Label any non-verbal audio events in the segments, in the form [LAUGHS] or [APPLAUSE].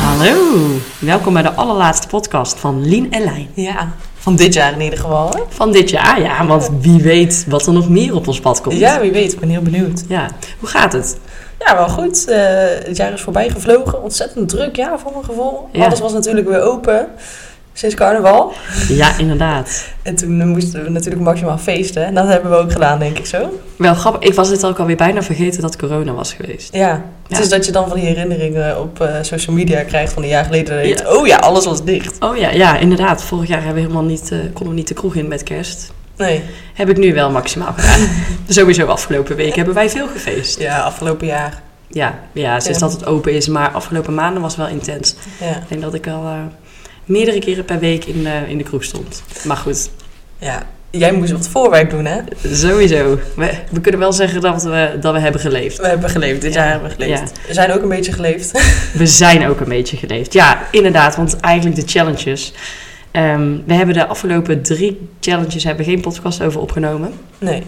Hallo, welkom bij de allerlaatste podcast van Lien en Lijn. Ja, van dit jaar in ieder geval. Hè? Van dit jaar, ja, want wie weet wat er nog meer op ons pad komt. Ja, wie weet, ik ben heel benieuwd. Ja, hoe gaat het? Ja, wel goed. Eh, het jaar is voorbij gevlogen. Ontzettend druk jaar voor mijn gevoel. Ja. Alles was natuurlijk weer open sinds carnaval. Ja, inderdaad. En toen moesten we natuurlijk maximaal feesten. En dat hebben we ook gedaan, denk ik zo. Wel grappig, ik was het ook alweer bijna vergeten dat corona was geweest. Ja, het Ja. is dat je dan van die herinneringen op eh, social media krijgt van een jaar geleden. Dat je Ja. denkt, oh ja, alles was dicht. Oh ja, ja, inderdaad. Vorig jaar hebben we helemaal niet, eh, konden we niet de kroeg in met kerst. Nee, Heb ik nu wel maximaal gedaan. [LAUGHS] Sowieso afgelopen week hebben wij veel gefeest. ja, afgelopen jaar. Ja, ja sinds Ja. dat het open is, maar afgelopen maanden was wel intens. Ja, Ik denk dat ik al eh, meerdere keren per week in, eh, in de kroeg stond. Maar goed, ja. Jij moest wat voorwerk doen, hè? Sowieso. We, we kunnen wel zeggen dat we, dat we hebben geleefd. We hebben geleefd, dit Ja. jaar hebben we geleefd. We zijn ook een beetje geleefd. [LAUGHS] We zijn ook een beetje geleefd. Ja, inderdaad, want eigenlijk de challenges. Ehm, we hebben de afgelopen drie challenges hebben geen podcast over opgenomen. Nee.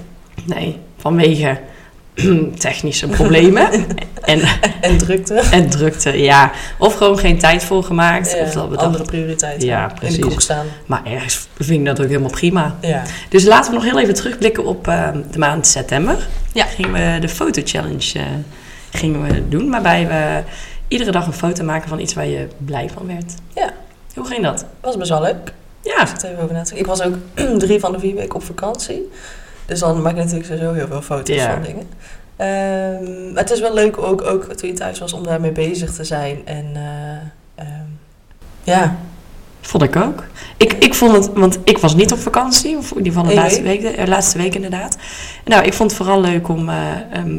Nee, vanwege [CLEARS THROAT] technische problemen [LAUGHS] en, En drukte. en drukte. Ja, of gewoon geen tijd voor gemaakt. Ja, of dat we andere dachten- prioriteiten. Ja, precies. In de kroeg staan. maar ergens vind ik dat ook helemaal prima. Ja. Dus laten we nog heel even terugblikken op eh, de maand september. Ja, gingen we de foto challenge eh, gingen we doen, waarbij we iedere dag een foto maken van iets waar je blij van werd. Ja. Hoe ging dat? Was best wel leuk. Ja, Ik zat even over na te denken. Ik was ook [CLEARS THROAT] drie van de vier weken op vakantie. Dus dan maak ik natuurlijk sowieso heel veel foto's Ja. van dingen. Ehm, maar het is wel leuk ook, ook toen je thuis was om daarmee bezig te zijn. En eh, ehm, ja, vond ik ook. Ik, ik vond het, want ik was niet op vakantie, of in ieder geval de Nee, laatste week, de, eh, laatste week inderdaad. Nou, ik vond het vooral leuk om, eh, ehm,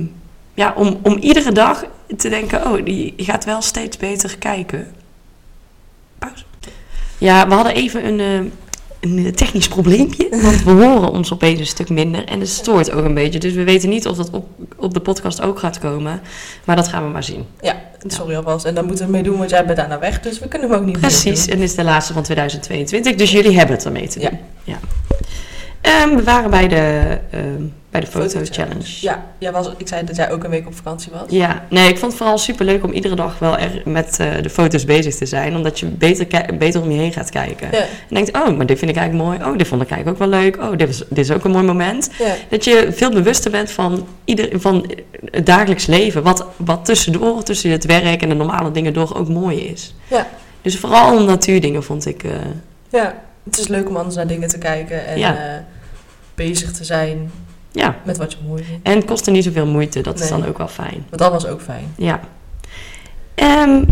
ja, om, om iedere dag te denken, oh, die gaat wel steeds beter kijken. Pauze. Ja, we hadden even een, eh, een eh, technisch probleempje, want we horen ons opeens een stuk minder en het stoort ook een beetje. Dus we weten niet of dat op, op de podcast ook gaat komen, maar dat gaan we maar zien. sorry alvast. En dan moeten we mee doen, want jij bent daarna weg. Dus we kunnen hem ook niet meer Precies, doen. en dit is de laatste van 2022, dus jullie hebben het ermee te Ja. doen. Ja. Ehm, we waren bij de, ehm, bij de foto Foto challenge. Ja, jij was, ik zei dat jij ook een week op vakantie was. Ja, nee, ik vond het vooral superleuk om iedere dag wel er met eh, de foto's bezig te zijn, omdat je beter, ki- beter om je heen gaat kijken. Ja, En denkt, oh, maar dit vind ik eigenlijk mooi. Oh, dit vond ik eigenlijk ook wel leuk. Oh, dit is, dit is ook een mooi moment. ja. Dat je veel bewuster bent van, ieder, van eh, het dagelijks leven. Wat, wat tussendoor, tussen het werk en de normale dingen door ook mooi is. Ja. Dus vooral natuurdingen vond ik... eh, Ja, het is leuk om anders naar dingen te kijken en Ja. eh, bezig te zijn ja, met wat je mooi vindt. en het kostte niet zoveel moeite. Dat is Nee. dan ook wel fijn. Want dat was ook fijn. Ja. Ehm,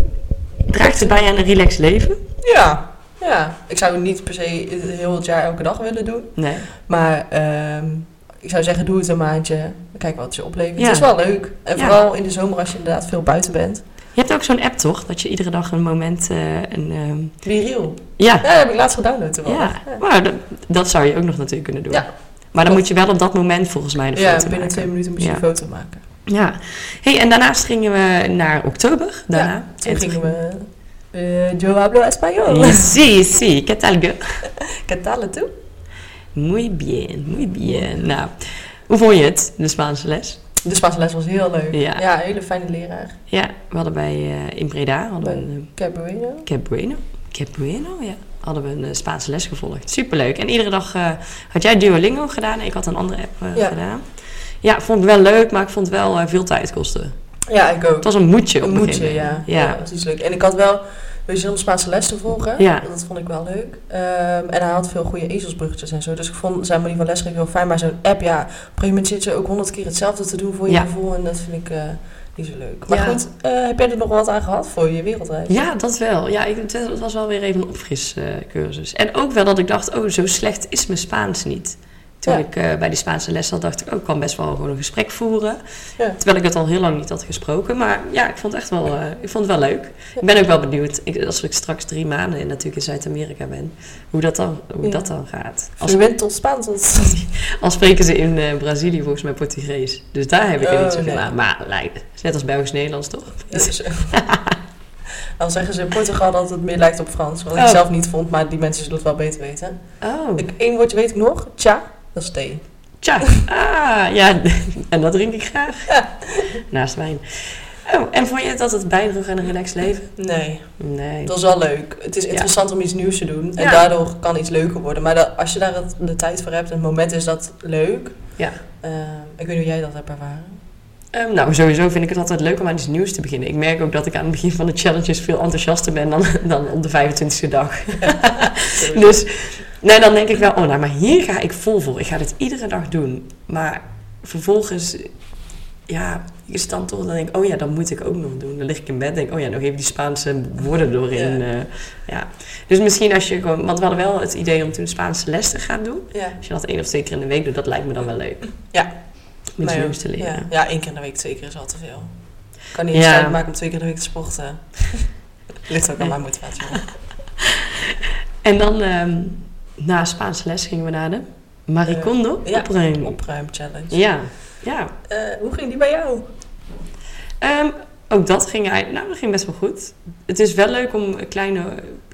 draagt het bij aan een relaxed leven? Ja. Ja, ik zou het niet per se heel het jaar elke dag willen doen. Nee. Maar ehm, ik zou zeggen, doe het een maandje. Kijk wat het je oplevert. Ja. Het is wel leuk. En Ja. vooral in de zomer als je inderdaad veel buiten bent. Je hebt ook zo'n app, toch? Dat je iedere dag een moment... eh, een, ehm, Viriel. ja, Ja, dat heb ik laatst gedownload toevallig. Ja, maar dat, dat zou je ook nog natuurlijk kunnen doen. Ja, maar dan klopt. moet je wel op dat moment volgens mij de Ja, foto binnen maken. twee minuten moet je Ja. een foto maken. Ja. Hey, en daarnaast gingen we naar oktober. Daarna. Ja, En Oh, toen gingen we... eh yo hablo español. [LAUGHS] Sí, sí, ¿qué tal? girl? ¿Qué tal tú? Muy bien, muy bien. Nou, hoe vond je het, de Spaanse les? De Spaanse les was heel leuk. Ja. ja een hele fijne leraar. Ja, we hadden bij, eh, in Breda hadden we een Cabrera. eh, Cap Bueno. Cap Bueno, ja. Hadden we een eh, Spaanse les gevolgd. Superleuk. En iedere dag eh, had jij Duolingo gedaan en ik had een andere app eh, Ja. gedaan. Ja, vond ik wel leuk, maar ik vond het wel eh, veel tijd kosten. Ja, ik ook. Het was een moedje op Een een moedje, gegeven ja. moment. ja. dat is iets leuk. En ik had wel, weet je, om Spaanse les te volgen. Ja. Dat vond ik wel leuk. Ehm, en hij had veel goede ezelsbruggetjes en zo. Dus ik vond zijn manier van lesgeven heel fijn. Maar zo'n app, ja, op een gegeven moment zit je ook honderd keer hetzelfde te doen voor je Ja. gevoel. En dat vind ik eh, niet zo leuk. Maar Ja. goed, eh, heb jij er nog wat aan gehad voor je wereldreis? Ja, dat wel. Ja, ik, het was- het was wel weer even een opfriscursus. cursus en ook wel dat ik dacht, oh, zo slecht is mijn Spaans niet. Toen Ja. ik eh, bij die Spaanse les zat, dacht ik, oh, ik kan best wel gewoon een gesprek voeren. Ja. Terwijl ik het al heel lang niet had gesproken. Maar ja, ik vond het echt wel, eh, ik vond het wel leuk. Ja. Ik ben ook wel benieuwd, ik, als ik straks drie maanden in, natuurlijk in Zuid-Amerika ben, hoe dat dan, hoe Ja. dat dan gaat. Als, Je bent tot Spaans. tot- [LAUGHS] al spreken ze in eh, Brazilië volgens mij Portugees. Dus daar heb ik er Oh, niet zoveel nee. aan. Maar lijkt, het is net als Belgisch-Nederlands, toch? [LAUGHS] Dus, Al zeggen ze in Portugal dat het meer lijkt op Frans. Wat ik Oh. zelf niet vond, maar die mensen zullen het wel beter weten. Oh. Ik, één woordje weet ik nog. Tja, dat is thee. [LAUGHS] Tja, ah, ja, en dat drink ik graag. [LAUGHS] Naast wijn. Ehm, Oh, en vond je dat het bijdroeg aan een relaxed leven? Nee. Nee. Het was wel leuk. Het is interessant om iets nieuws te doen. En Ja. daardoor kan iets leuker worden. Maar dat- als je daar het- de tijd voor hebt en het moment is dat leuk. Ja. Eh, ik weet niet hoe jij dat hebt ervaren. Ehm, nou, sowieso vind ik het altijd leuk om aan iets nieuws te beginnen. Ik merk ook dat ik aan het begin van de challenges veel enthousiaster ben dan, [LAUGHS] dan op de 25e dag. [LAUGHS] [LAUGHS] Dus nee, dan denk ik wel, oh nou, maar hier ga ik vol voor. Ik ga dit iedere dag doen. Maar vervolgens, ja, is het dan toch, dan denk ik, oh ja, dat moet ik ook nog doen. Dan lig ik in bed en denk ik, oh ja, nog even die Spaanse woorden doorin. Ja. eh, ja. Dus misschien als je gewoon, want we hadden wel het idee om toen Spaanse les te gaan doen. ja. Als je dat één of twee keer in de week doet, dat lijkt me dan wel leuk. Ja. Om iets Maar Nou ja, nieuws te leren. Ja. ja, één keer in de week twee keer is al te veel. Ik kan niet Ja. eens tijd maken om twee keer in de week te sporten. [LAUGHS] Ligt ook aan mijn motivatie. En dan ehm, na Spaanse les gingen we naar de Maricondo Eh, ja. opruimen. Opruim challenge. Ja, ja. Eh, hoe ging die bij jou? Ehm, ook dat ging, eigenlijk- nou, dat ging best wel goed. Het is wel leuk om eh, kleine,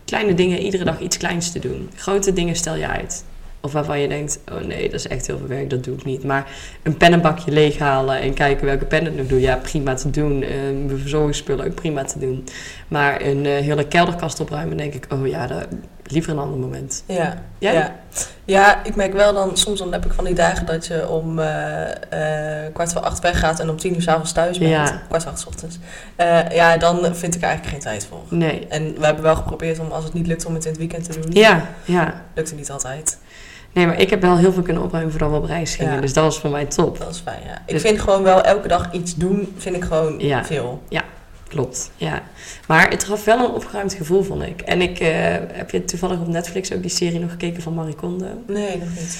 kleine dingen iedere dag iets kleins te doen. Grote dingen stel je uit. Of waarvan je denkt, oh nee, dat is echt heel veel werk, dat doe ik niet. Maar een pennenbakje leeghalen en kijken welke pen het nog doet, ja, prima te doen. Ehm mijn verzorgingsspullen ook prima te doen. Maar een eh, hele kelderkast opruimen, denk ik, oh ja, dat, liever een ander moment. Ja, Jij? ja. Ja, ik merk wel dan, soms dan heb ik van die dagen dat je om eh, eh, kwart voor acht weggaat en om tien uur s'avonds thuis bent. Ja. Kwart voor acht 's ochtends. Eh, ja, dan vind ik er eigenlijk geen tijd voor. Nee. En we hebben wel geprobeerd om, als het niet lukt, om het in het weekend te doen. Ja, ja. Lukt het niet altijd. Nee, maar ik heb wel heel veel kunnen opruimen voordat we op reis gingen. Ja. Dus dat was voor mij top. Dat is fijn, ja. Ik Dus- vind gewoon wel elke dag iets doen, vind ik gewoon Ja. veel. Klopt, ja. Maar het gaf wel een opgeruimd gevoel, vond ik. En ik eh, heb je toevallig op Netflix ook die serie nog gekeken van Marie Kondo. Nee, nog niet.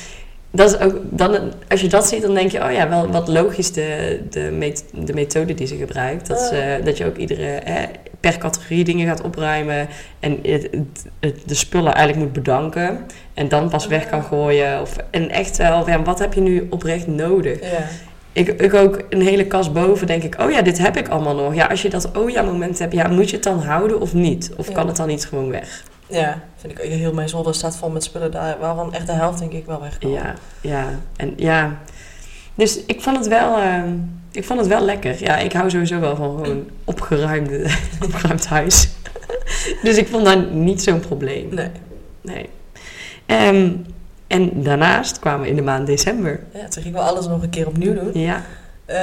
Dat is ook, dan, als je dat ziet, dan denk je, oh ja, wel wat logisch de, de, met- de methode die ze gebruikt. Dat, ze, dat je ook iedere hè, per categorie dingen gaat opruimen en het, het- het- de spullen eigenlijk moet bedanken. En dan pas weg kan gooien. Of, en echt wel, ja, wat heb je nu oprecht nodig? Ja. Ik, ik ook een hele kast boven denk ik, oh ja, dit heb ik allemaal nog. Ja, als je dat oh ja moment hebt, ja, moet je het dan houden of niet? Of Ja. kan het dan niet gewoon weg? ja, vind ik ook. Heel mijn zolder staat vol met spullen, daar, waarvan echt de helft denk ik wel weg kan. Ja, ja. En ja. Dus ik vond het wel, eh, ik vond het wel lekker. Ja, ik hou sowieso wel van gewoon opgeruimde, [LAUGHS] opgeruimd huis. [LAUGHS] dus ik vond dat niet zo'n probleem. Nee. Nee. Ehm, en daarnaast kwamen we in de maand december. Ja, toen gingen we alles nog een keer opnieuw doen. Ja, eh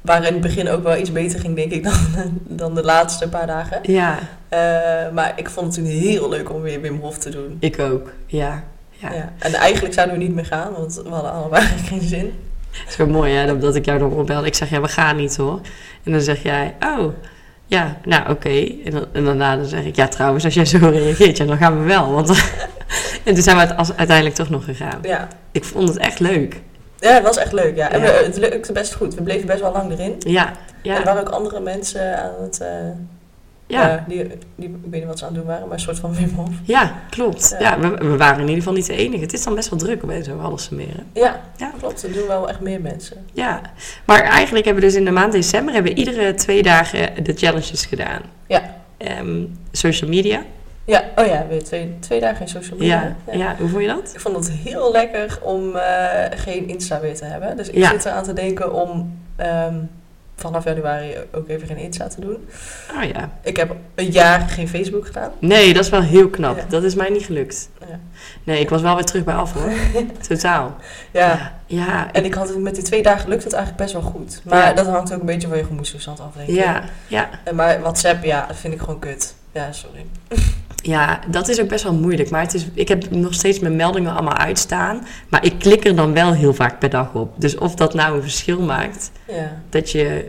waar in het begin ook wel iets beter ging, denk ik, dan, [LAUGHS] dan de laatste paar dagen. ja, Eh, maar ik vond het toen heel leuk om weer Wim Hof te doen. ik ook. Ja, ja. Ja. En eigenlijk zouden we niet meer gaan, want we hadden allemaal eigenlijk [LAUGHS] geen zin. Het is wel mooi hè, dat- dat ik jou dan opbelde. Ik zeg, ja, we gaan niet hoor. En dan zeg jij, oh, ja, nou oké. En, dan- en daarna dan zeg ik, ja trouwens, als jij zo reageert, ja, dan gaan we wel. Want [LAUGHS] en toen zijn we het als- uiteindelijk toch nog gegaan. Ja, Ik vond het echt leuk. ja het was echt leuk. Ja. En Ja. we- het lukte best goed. We bleven best wel lang erin. Ja, En er ja, waren ook andere mensen aan het... eh, ja. eh, die, die, ik weet niet wat ze aan het doen waren, maar een soort van Wim Hof. Ja, klopt. Ja. Ja, we, we waren in ieder geval niet de enige. Het is dan best wel druk bij zo'n Halsemeren. Ja, Ja. klopt. Er doen wel echt meer mensen. Ja, maar eigenlijk hebben we dus in de maand december hebben we iedere twee dagen de challenges gedaan. Ja. Ehm, social media. Ja, oh ja, weer twee, twee dagen in social media. Ja, ja. hoe vond je dat? Ik vond het heel lekker om eh, geen Insta weer te hebben. Dus ik Ja. zit eraan te denken om ehm, vanaf januari ook even geen Insta te doen. Oh ja. Ik heb een jaar geen Facebook gedaan. Nee, dat is wel heel knap. Ja. Dat is mij niet gelukt. Ja. Nee, ik was wel weer terug bij af hoor. [LAUGHS] Totaal. Ja. Ja, En ik had het met die twee dagen lukt het eigenlijk best wel goed. Maar Ja. dat hangt ook een beetje van je gemoedstoestand af, denk ik. ja, ja, En maar WhatsApp, ja, dat vind ik gewoon kut. Ja, sorry. ja, dat is ook best wel moeilijk. Maar het is, ik heb nog steeds mijn meldingen allemaal uitstaan. Maar ik klik er dan wel heel vaak per dag op. Dus of dat nou een verschil maakt, Ja. dat je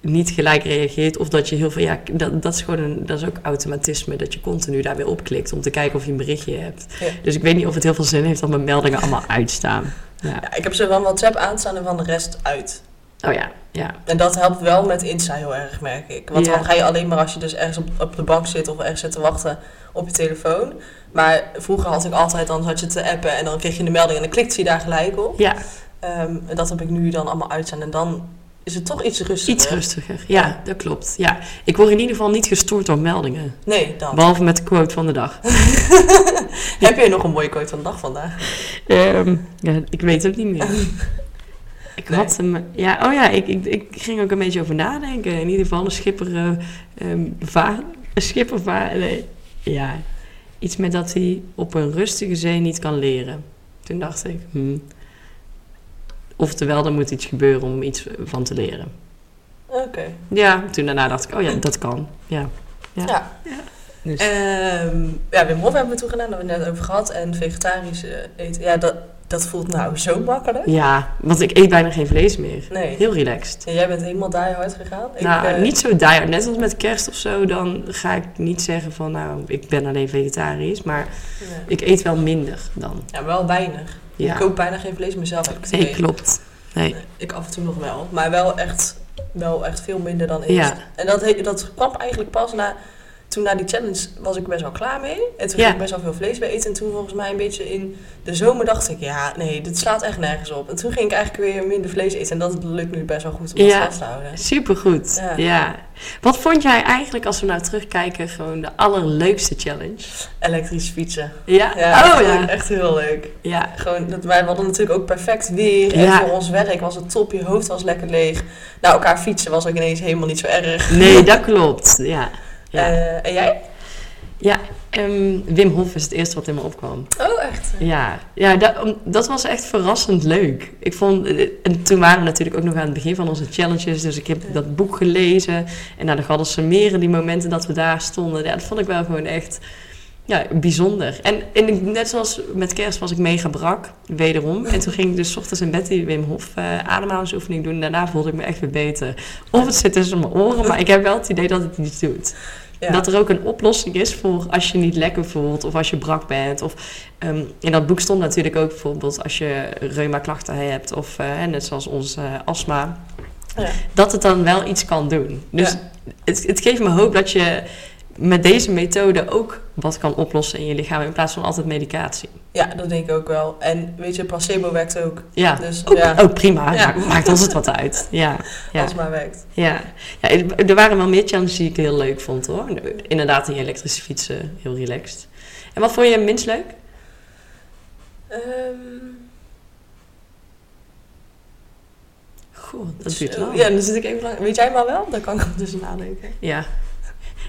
niet gelijk reageert. Of dat je heel veel. Ja, dat, dat is gewoon een, dat is ook automatisme. Dat je continu daar weer op klikt om te kijken of je een berichtje hebt. Ja. Dus ik weet niet of het heel veel zin heeft dat mijn meldingen allemaal uitstaan. Ja. Ja, ik heb ze van WhatsApp aanstaan en van de rest uit. Oh ja, ja. En dat helpt wel met Insta heel erg, merk ik. Want Ja. dan ga je alleen maar als je dus ergens op, op de bank zit of ergens zit te wachten op je telefoon. Maar vroeger had ik altijd, dan zat je te appen en dan kreeg je de melding en dan klikte je daar gelijk op. Ja, Ehm, en dat heb ik nu dan allemaal uitstaan en dan is het toch iets rustiger. Iets rustiger, ja, dat klopt. Ja. Ik word in ieder geval niet gestoord door meldingen. Nee, dan. Behalve met de quote van de dag. Heb je nog een mooie quote van de dag vandaag? Ehm, ja, ik weet het niet meer. Ik Nee. had hem. Ja, oh ja, ik, ik, ik ging ook een beetje over nadenken. In ieder geval een schipper. eh, ehm, va- een schipper. va- nee. Ja, iets met dat hij op een rustige zee niet kan leren. Toen dacht ik, hmm. Oftewel, er moet iets gebeuren om iets van te leren. Oké. Ja, toen daarna dacht ik, oh ja, dat kan. Ja. Ja. Ja. Ja. Dus. Ehm, ja, Wim Hof hebben we toegedaan, daar hebben we het net over gehad. En vegetarisch eh, eten, ja, dat, dat voelt nou zo makkelijk. Ja, want ik eet bijna geen vlees meer. Nee. Heel relaxed. En jij bent helemaal die hard gegaan. Ik, nou, eh, niet zo diehard. Net als met kerst of zo, dan ga ik niet zeggen van... nou, ik ben alleen vegetarisch. Maar nee. ik eet wel minder dan. Ja, wel weinig. Ja, Ik koop bijna geen vlees mezelf. Heb ik, het nee, idee. klopt. Nee. ik af en toe nog wel. Maar wel echt, wel echt veel minder dan eerst. Ja. En dat, he- dat kwam eigenlijk pas na... Toen na die challenge was ik best wel klaar mee. En toen Ja. ging ik best wel veel vlees bij eten. En toen volgens mij een beetje in de zomer dacht ik... Ja, nee, dit slaat echt nergens op. En toen ging ik eigenlijk weer minder vlees eten. En dat lukt nu best wel goed om Ja. dat vast te houden. Supergoed. Ja. Ja. Wat vond jij eigenlijk, als we nou terugkijken... gewoon de allerleukste challenge? Elektrisch fietsen. Ja? Ja, oh dat vond ja. ik echt heel leuk. Ja. Gewoon, dat, wij hadden natuurlijk ook perfect weer. En Ja. voor ons werk was het top. Je hoofd was lekker leeg. Nou, elkaar fietsen was ook ineens helemaal niet zo erg. Nee, dat klopt. Ja. Ja. Eh, en jij? ja. ehm, Wim Hof is het eerste wat in me opkwam. Oh, echt? Ja, ja dat, om- dat was echt verrassend leuk. Ik vond, eh, en toen waren we natuurlijk ook nog aan het begin van onze challenges. Dus ik heb Ja. dat boek gelezen. En naar de Gaddelsen Meren, die momenten dat we daar stonden. Ja, dat vond ik wel gewoon echt ja, bijzonder. En, en ik- net zoals met kerst was ik mega brak, wederom. En toen ging ik dus 's ochtends in bed die Wim Hof eh, ademhalingsoefening doen. Daarna voelde ik me echt weer beter. Of het zit tussen mijn oren, maar ik heb wel het idee dat het iets doet. Ja. Dat er ook een oplossing is voor als je niet lekker voelt of als je brak bent. Of, ehm, in dat boek stond natuurlijk ook bijvoorbeeld als je reuma-klachten hebt of eh, net zoals ons eh, astma. Ja. Dat het dan wel iets kan doen. Dus Ja. het, het geeft me hoop dat je met deze methode ook wat kan oplossen in je lichaam in plaats van altijd medicatie. Ja, dat denk ik ook wel. En weet je, placebo werkt ook. Ja. Dus Ook, ja, ook prima, Ja. Maakt, maakt ons het wat uit. Ja, ja. astma werkt. Ja, ja er er waren wel meer challenges die ik heel leuk vond hoor. Inderdaad, die elektrische fietsen, heel relaxed. En wat vond je minst leuk? Ehm, Goh, dat duurt lang. Eh, Ja, Ja. dan zit ik even lang. Weet jij maar wel? Dan kan ik ondertussen nadenken.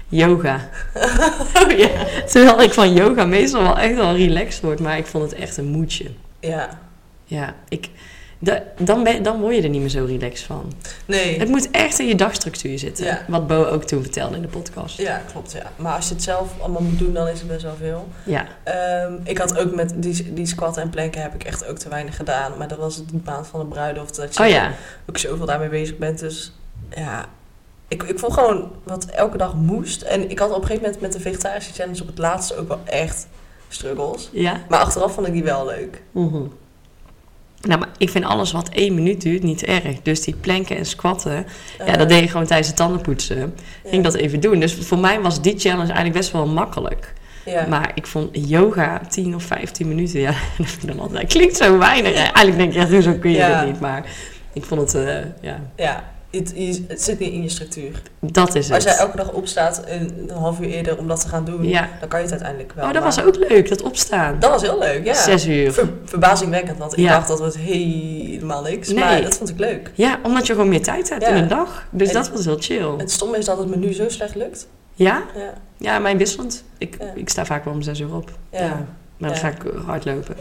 Yoga. [LAUGHS] oh ja. Terwijl ik van yoga meestal wel echt wel relaxed word, maar ik vond het echt een moedje. Ja. Ja, ik, da- dan, ben, dan word je er niet meer zo relaxed van. Nee. Het moet echt in je dagstructuur zitten. Ja. Wat Bo ook toen vertelde in de podcast. Ja, klopt. Ja. Maar als je het zelf allemaal moet doen, dan is het best wel veel. Ja. Ehm, ik had ook met die, die squat en planken heb ik echt ook te weinig gedaan. Maar dat was die maand van de bruiloft. Dat je Oh ja. ook zoveel daarmee bezig bent. Dus ja, ik, ik vond gewoon wat elke dag moest. En ik had op een gegeven moment met de vegetarische challenge op het laatste ook wel echt struggles. Ja. Maar achteraf vond ik die wel leuk. Mhm. Nou, maar ik vind alles wat één minuut duurt niet erg. Dus die planken en squatten, ja, Eh, dat deed je gewoon tijdens het tandenpoetsen. Ging dat even doen. Dus voor mij was die challenge eigenlijk best wel makkelijk. Ja. Maar ik vond yoga 10 of 15 minuten, ja, [LAUGHS] dat vind ik dan altijd- dat klinkt zo weinig. hè. Eigenlijk denk ik, ja, hoezo kun je Ja. dit niet? Maar ik vond het, eh, ja, ja. Het, je- het zit niet in je structuur. dat is het. Als jij elke dag opstaat een, een half uur eerder om dat te gaan doen, Ja. dan kan je het uiteindelijk wel. Oh, dat was Maar ook leuk, dat opstaan. dat was heel leuk, ja. Zes uur. Ver- verbazingwekkend, want ik Ja. dacht dat was helemaal niks. Nee. Maar dat vond ik leuk. Ja, omdat je gewoon meer tijd hebt Ja. in een dag. Dus En- dat was heel chill. Het stomme is dat het me nu zo slecht lukt. Ja, Ja. ja mijn wisselend. Ik, Ja. ik sta vaak wel om zes uur op. Ja. Maar dan Ja. ga ik hardlopen.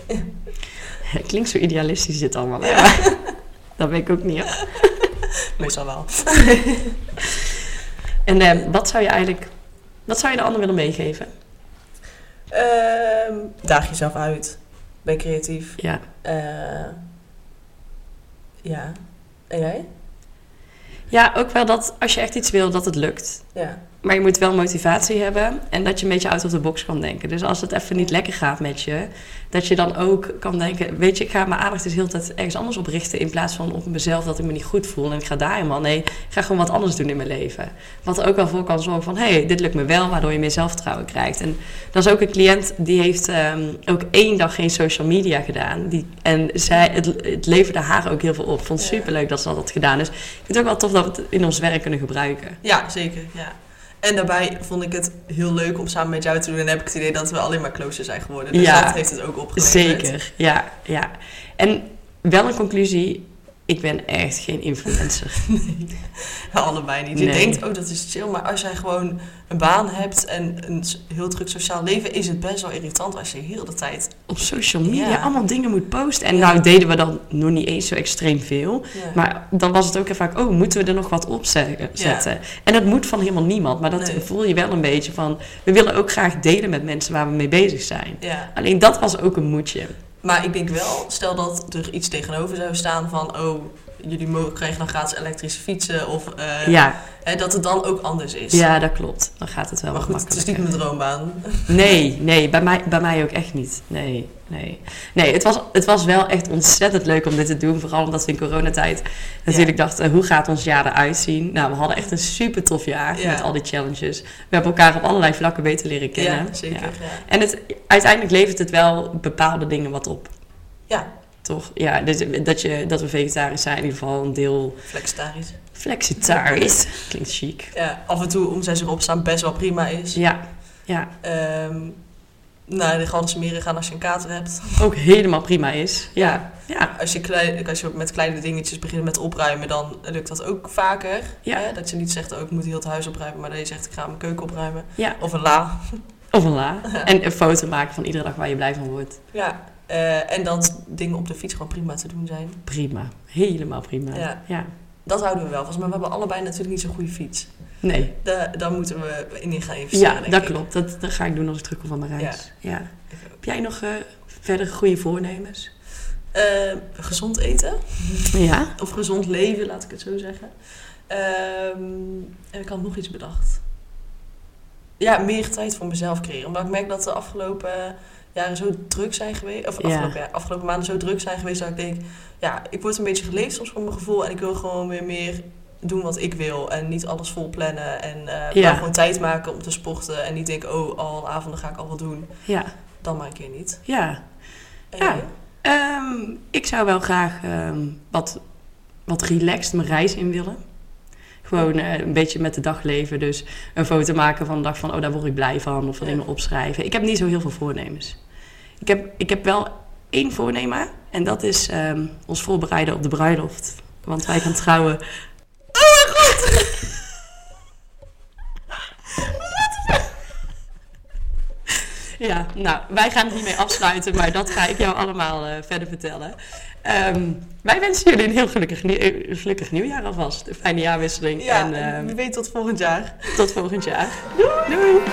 [LAUGHS] Het klinkt zo idealistisch dit allemaal. hè? Ja. Maar [LAUGHS] dat ben ik ook niet. hè. Meestal wel. En eh, wat zou je eigenlijk... Wat zou je de ander willen meegeven? Ehm, daag jezelf uit. Ben creatief. Ja. Eh, ja. En jij? ja, ook wel dat als je echt iets wil, dat het lukt. Ja. Maar je moet wel motivatie hebben en dat je een beetje out of the box kan denken. Dus als het even niet lekker gaat met je, dat je dan ook kan denken... Weet je, ik ga mijn aandacht dus heel de tijd ergens anders op richten... in plaats van op mezelf dat ik me niet goed voel en ik ga daar helemaal... Nee, ik ga gewoon wat anders doen in mijn leven. Wat er ook wel voor kan zorgen van, hé, hey, dit lukt me wel... waardoor je meer zelfvertrouwen krijgt. En dat is ook een cliënt die heeft ehm, ook één dag geen social media gedaan. Die, en zij, het, het leverde haar ook heel veel op. Vond Ja. superleuk dat ze dat had gedaan. Dus ik vind het ook wel tof dat we het in ons werk kunnen gebruiken. Ja, zeker. Ja. En daarbij vond ik het heel leuk om samen met jou te doen. En heb ik het idee dat we alleen maar closer zijn geworden. Dus Ja. dat heeft het ook opgeleverd. Zeker, ja, ja. En wel een conclusie. Ik ben echt geen influencer. Ja, [LAUGHS] allebei niet. Je Nee. denkt, oh, dat is chill. Maar als jij gewoon een baan hebt en een s- heel druk sociaal leven, is het best wel irritant als je heel de tijd. Op social media Ja. allemaal dingen moet posten. En Ja. nou deden we dan nog niet eens zo extreem veel. Ja. Maar dan was het ook heel vaak, oh, moeten we er nog wat op ze- zetten? En dat moet van helemaal niemand. Maar dat Nee. voel je wel een beetje van, we willen ook graag delen met mensen waar we mee bezig zijn. ja. Alleen dat was ook een moedje. maar ik denk wel, stel dat er iets tegenover zou staan van, oh, jullie mogen, krijgen dan gratis elektrische fietsen. Of eh, ja, hè, dat het dan ook anders is. ja, dat klopt. Dan gaat het wel Maar wat goed, het is niet makkelijker. mijn droombaan. Nee, nee, bij mij, bij mij ook echt niet. Nee, nee. Nee, het was, het was wel echt ontzettend leuk om dit te doen. Vooral omdat we in coronatijd natuurlijk dachten, hoe gaat ons jaar eruit zien? Nou, we hadden echt een super tof jaar Ja. met al die challenges. We hebben elkaar op allerlei vlakken beter leren kennen. Ja, zeker. Ja. Ja. En het, uiteindelijk levert het wel bepaalde dingen wat op. Ja. Toch? Ja, dus dat, je, dat we vegetarisch zijn, in ieder geval een deel Flexitarisch. flexitarisch. Klinkt chic. Ja, af en toe om zes uur opstaan best wel prima is. Ja, ja. Ehm nou, de galde smeren gaan als je een kater hebt. Ook helemaal prima is. Ja, ja. Als je, klein, als je met kleine dingetjes begint met opruimen, dan lukt dat ook vaker. Ja. Hè? Dat je niet zegt, oh, ik moet heel het huis opruimen, maar dat je zegt, ik ga mijn keuken opruimen. Ja. Of een la. Of een la. Oh, En een foto maken van iedere dag waar je blij van wordt. Ja. Eh, en dat dingen op de fiets gewoon prima te doen zijn. Prima. Helemaal prima. Ja. ja. Dat houden we wel vast, maar we hebben allebei natuurlijk niet zo'n goede fiets. Nee. Da- daar moeten we in gaan investeren. Ja, denk dat ik. klopt. Dat, dat ga ik doen als ik terugkom van mijn reis. Ja. Heb jij nog eh verder goede voornemens? Eh, gezond eten, Ja. of gezond leven, laat ik het zo zeggen. Ehm, en ik had nog iets bedacht. Ja, meer tijd voor mezelf creëren. Omdat ik merk dat de afgelopen jaren zo druk zijn geweest. Of Ja. afgelopen, jaar- afgelopen maanden zo druk zijn geweest dat ik denk... Ja, ik word een beetje geleefd soms voor mijn gevoel. En ik wil gewoon weer meer doen wat ik wil. En niet alles vol plannen. En eh, Ja. maar gewoon tijd maken om te sporten. En niet denken, oh, al avonden ga ik al wat doen. Ja. Dan maar een keer niet. Ja. En Ja. jij? Ehm, ik zou wel graag ehm, wat, wat relaxed mijn reis in willen. Gewoon eh, een beetje met de dag leven. Dus een foto maken van de dag van, oh, daar word ik blij van. Of wat Ja. dingen opschrijven. Ik heb niet zo heel veel voornemens. Ik heb, ik heb wel één voornemen. En dat is ehm, ons voorbereiden op de bruiloft. Want wij gaan trouwen. Oh mijn god! [LAUGHS] Ja, nou, wij gaan het hiermee afsluiten. Maar dat ga ik jou allemaal eh, verder vertellen. Ehm, wij wensen jullie een heel gelukkig, nieuw- eh, gelukkig nieuwjaar alvast. Een fijne jaarwisseling. Ja, en, ehm, wie weet tot volgend jaar. Tot volgend jaar. Doei! Doei.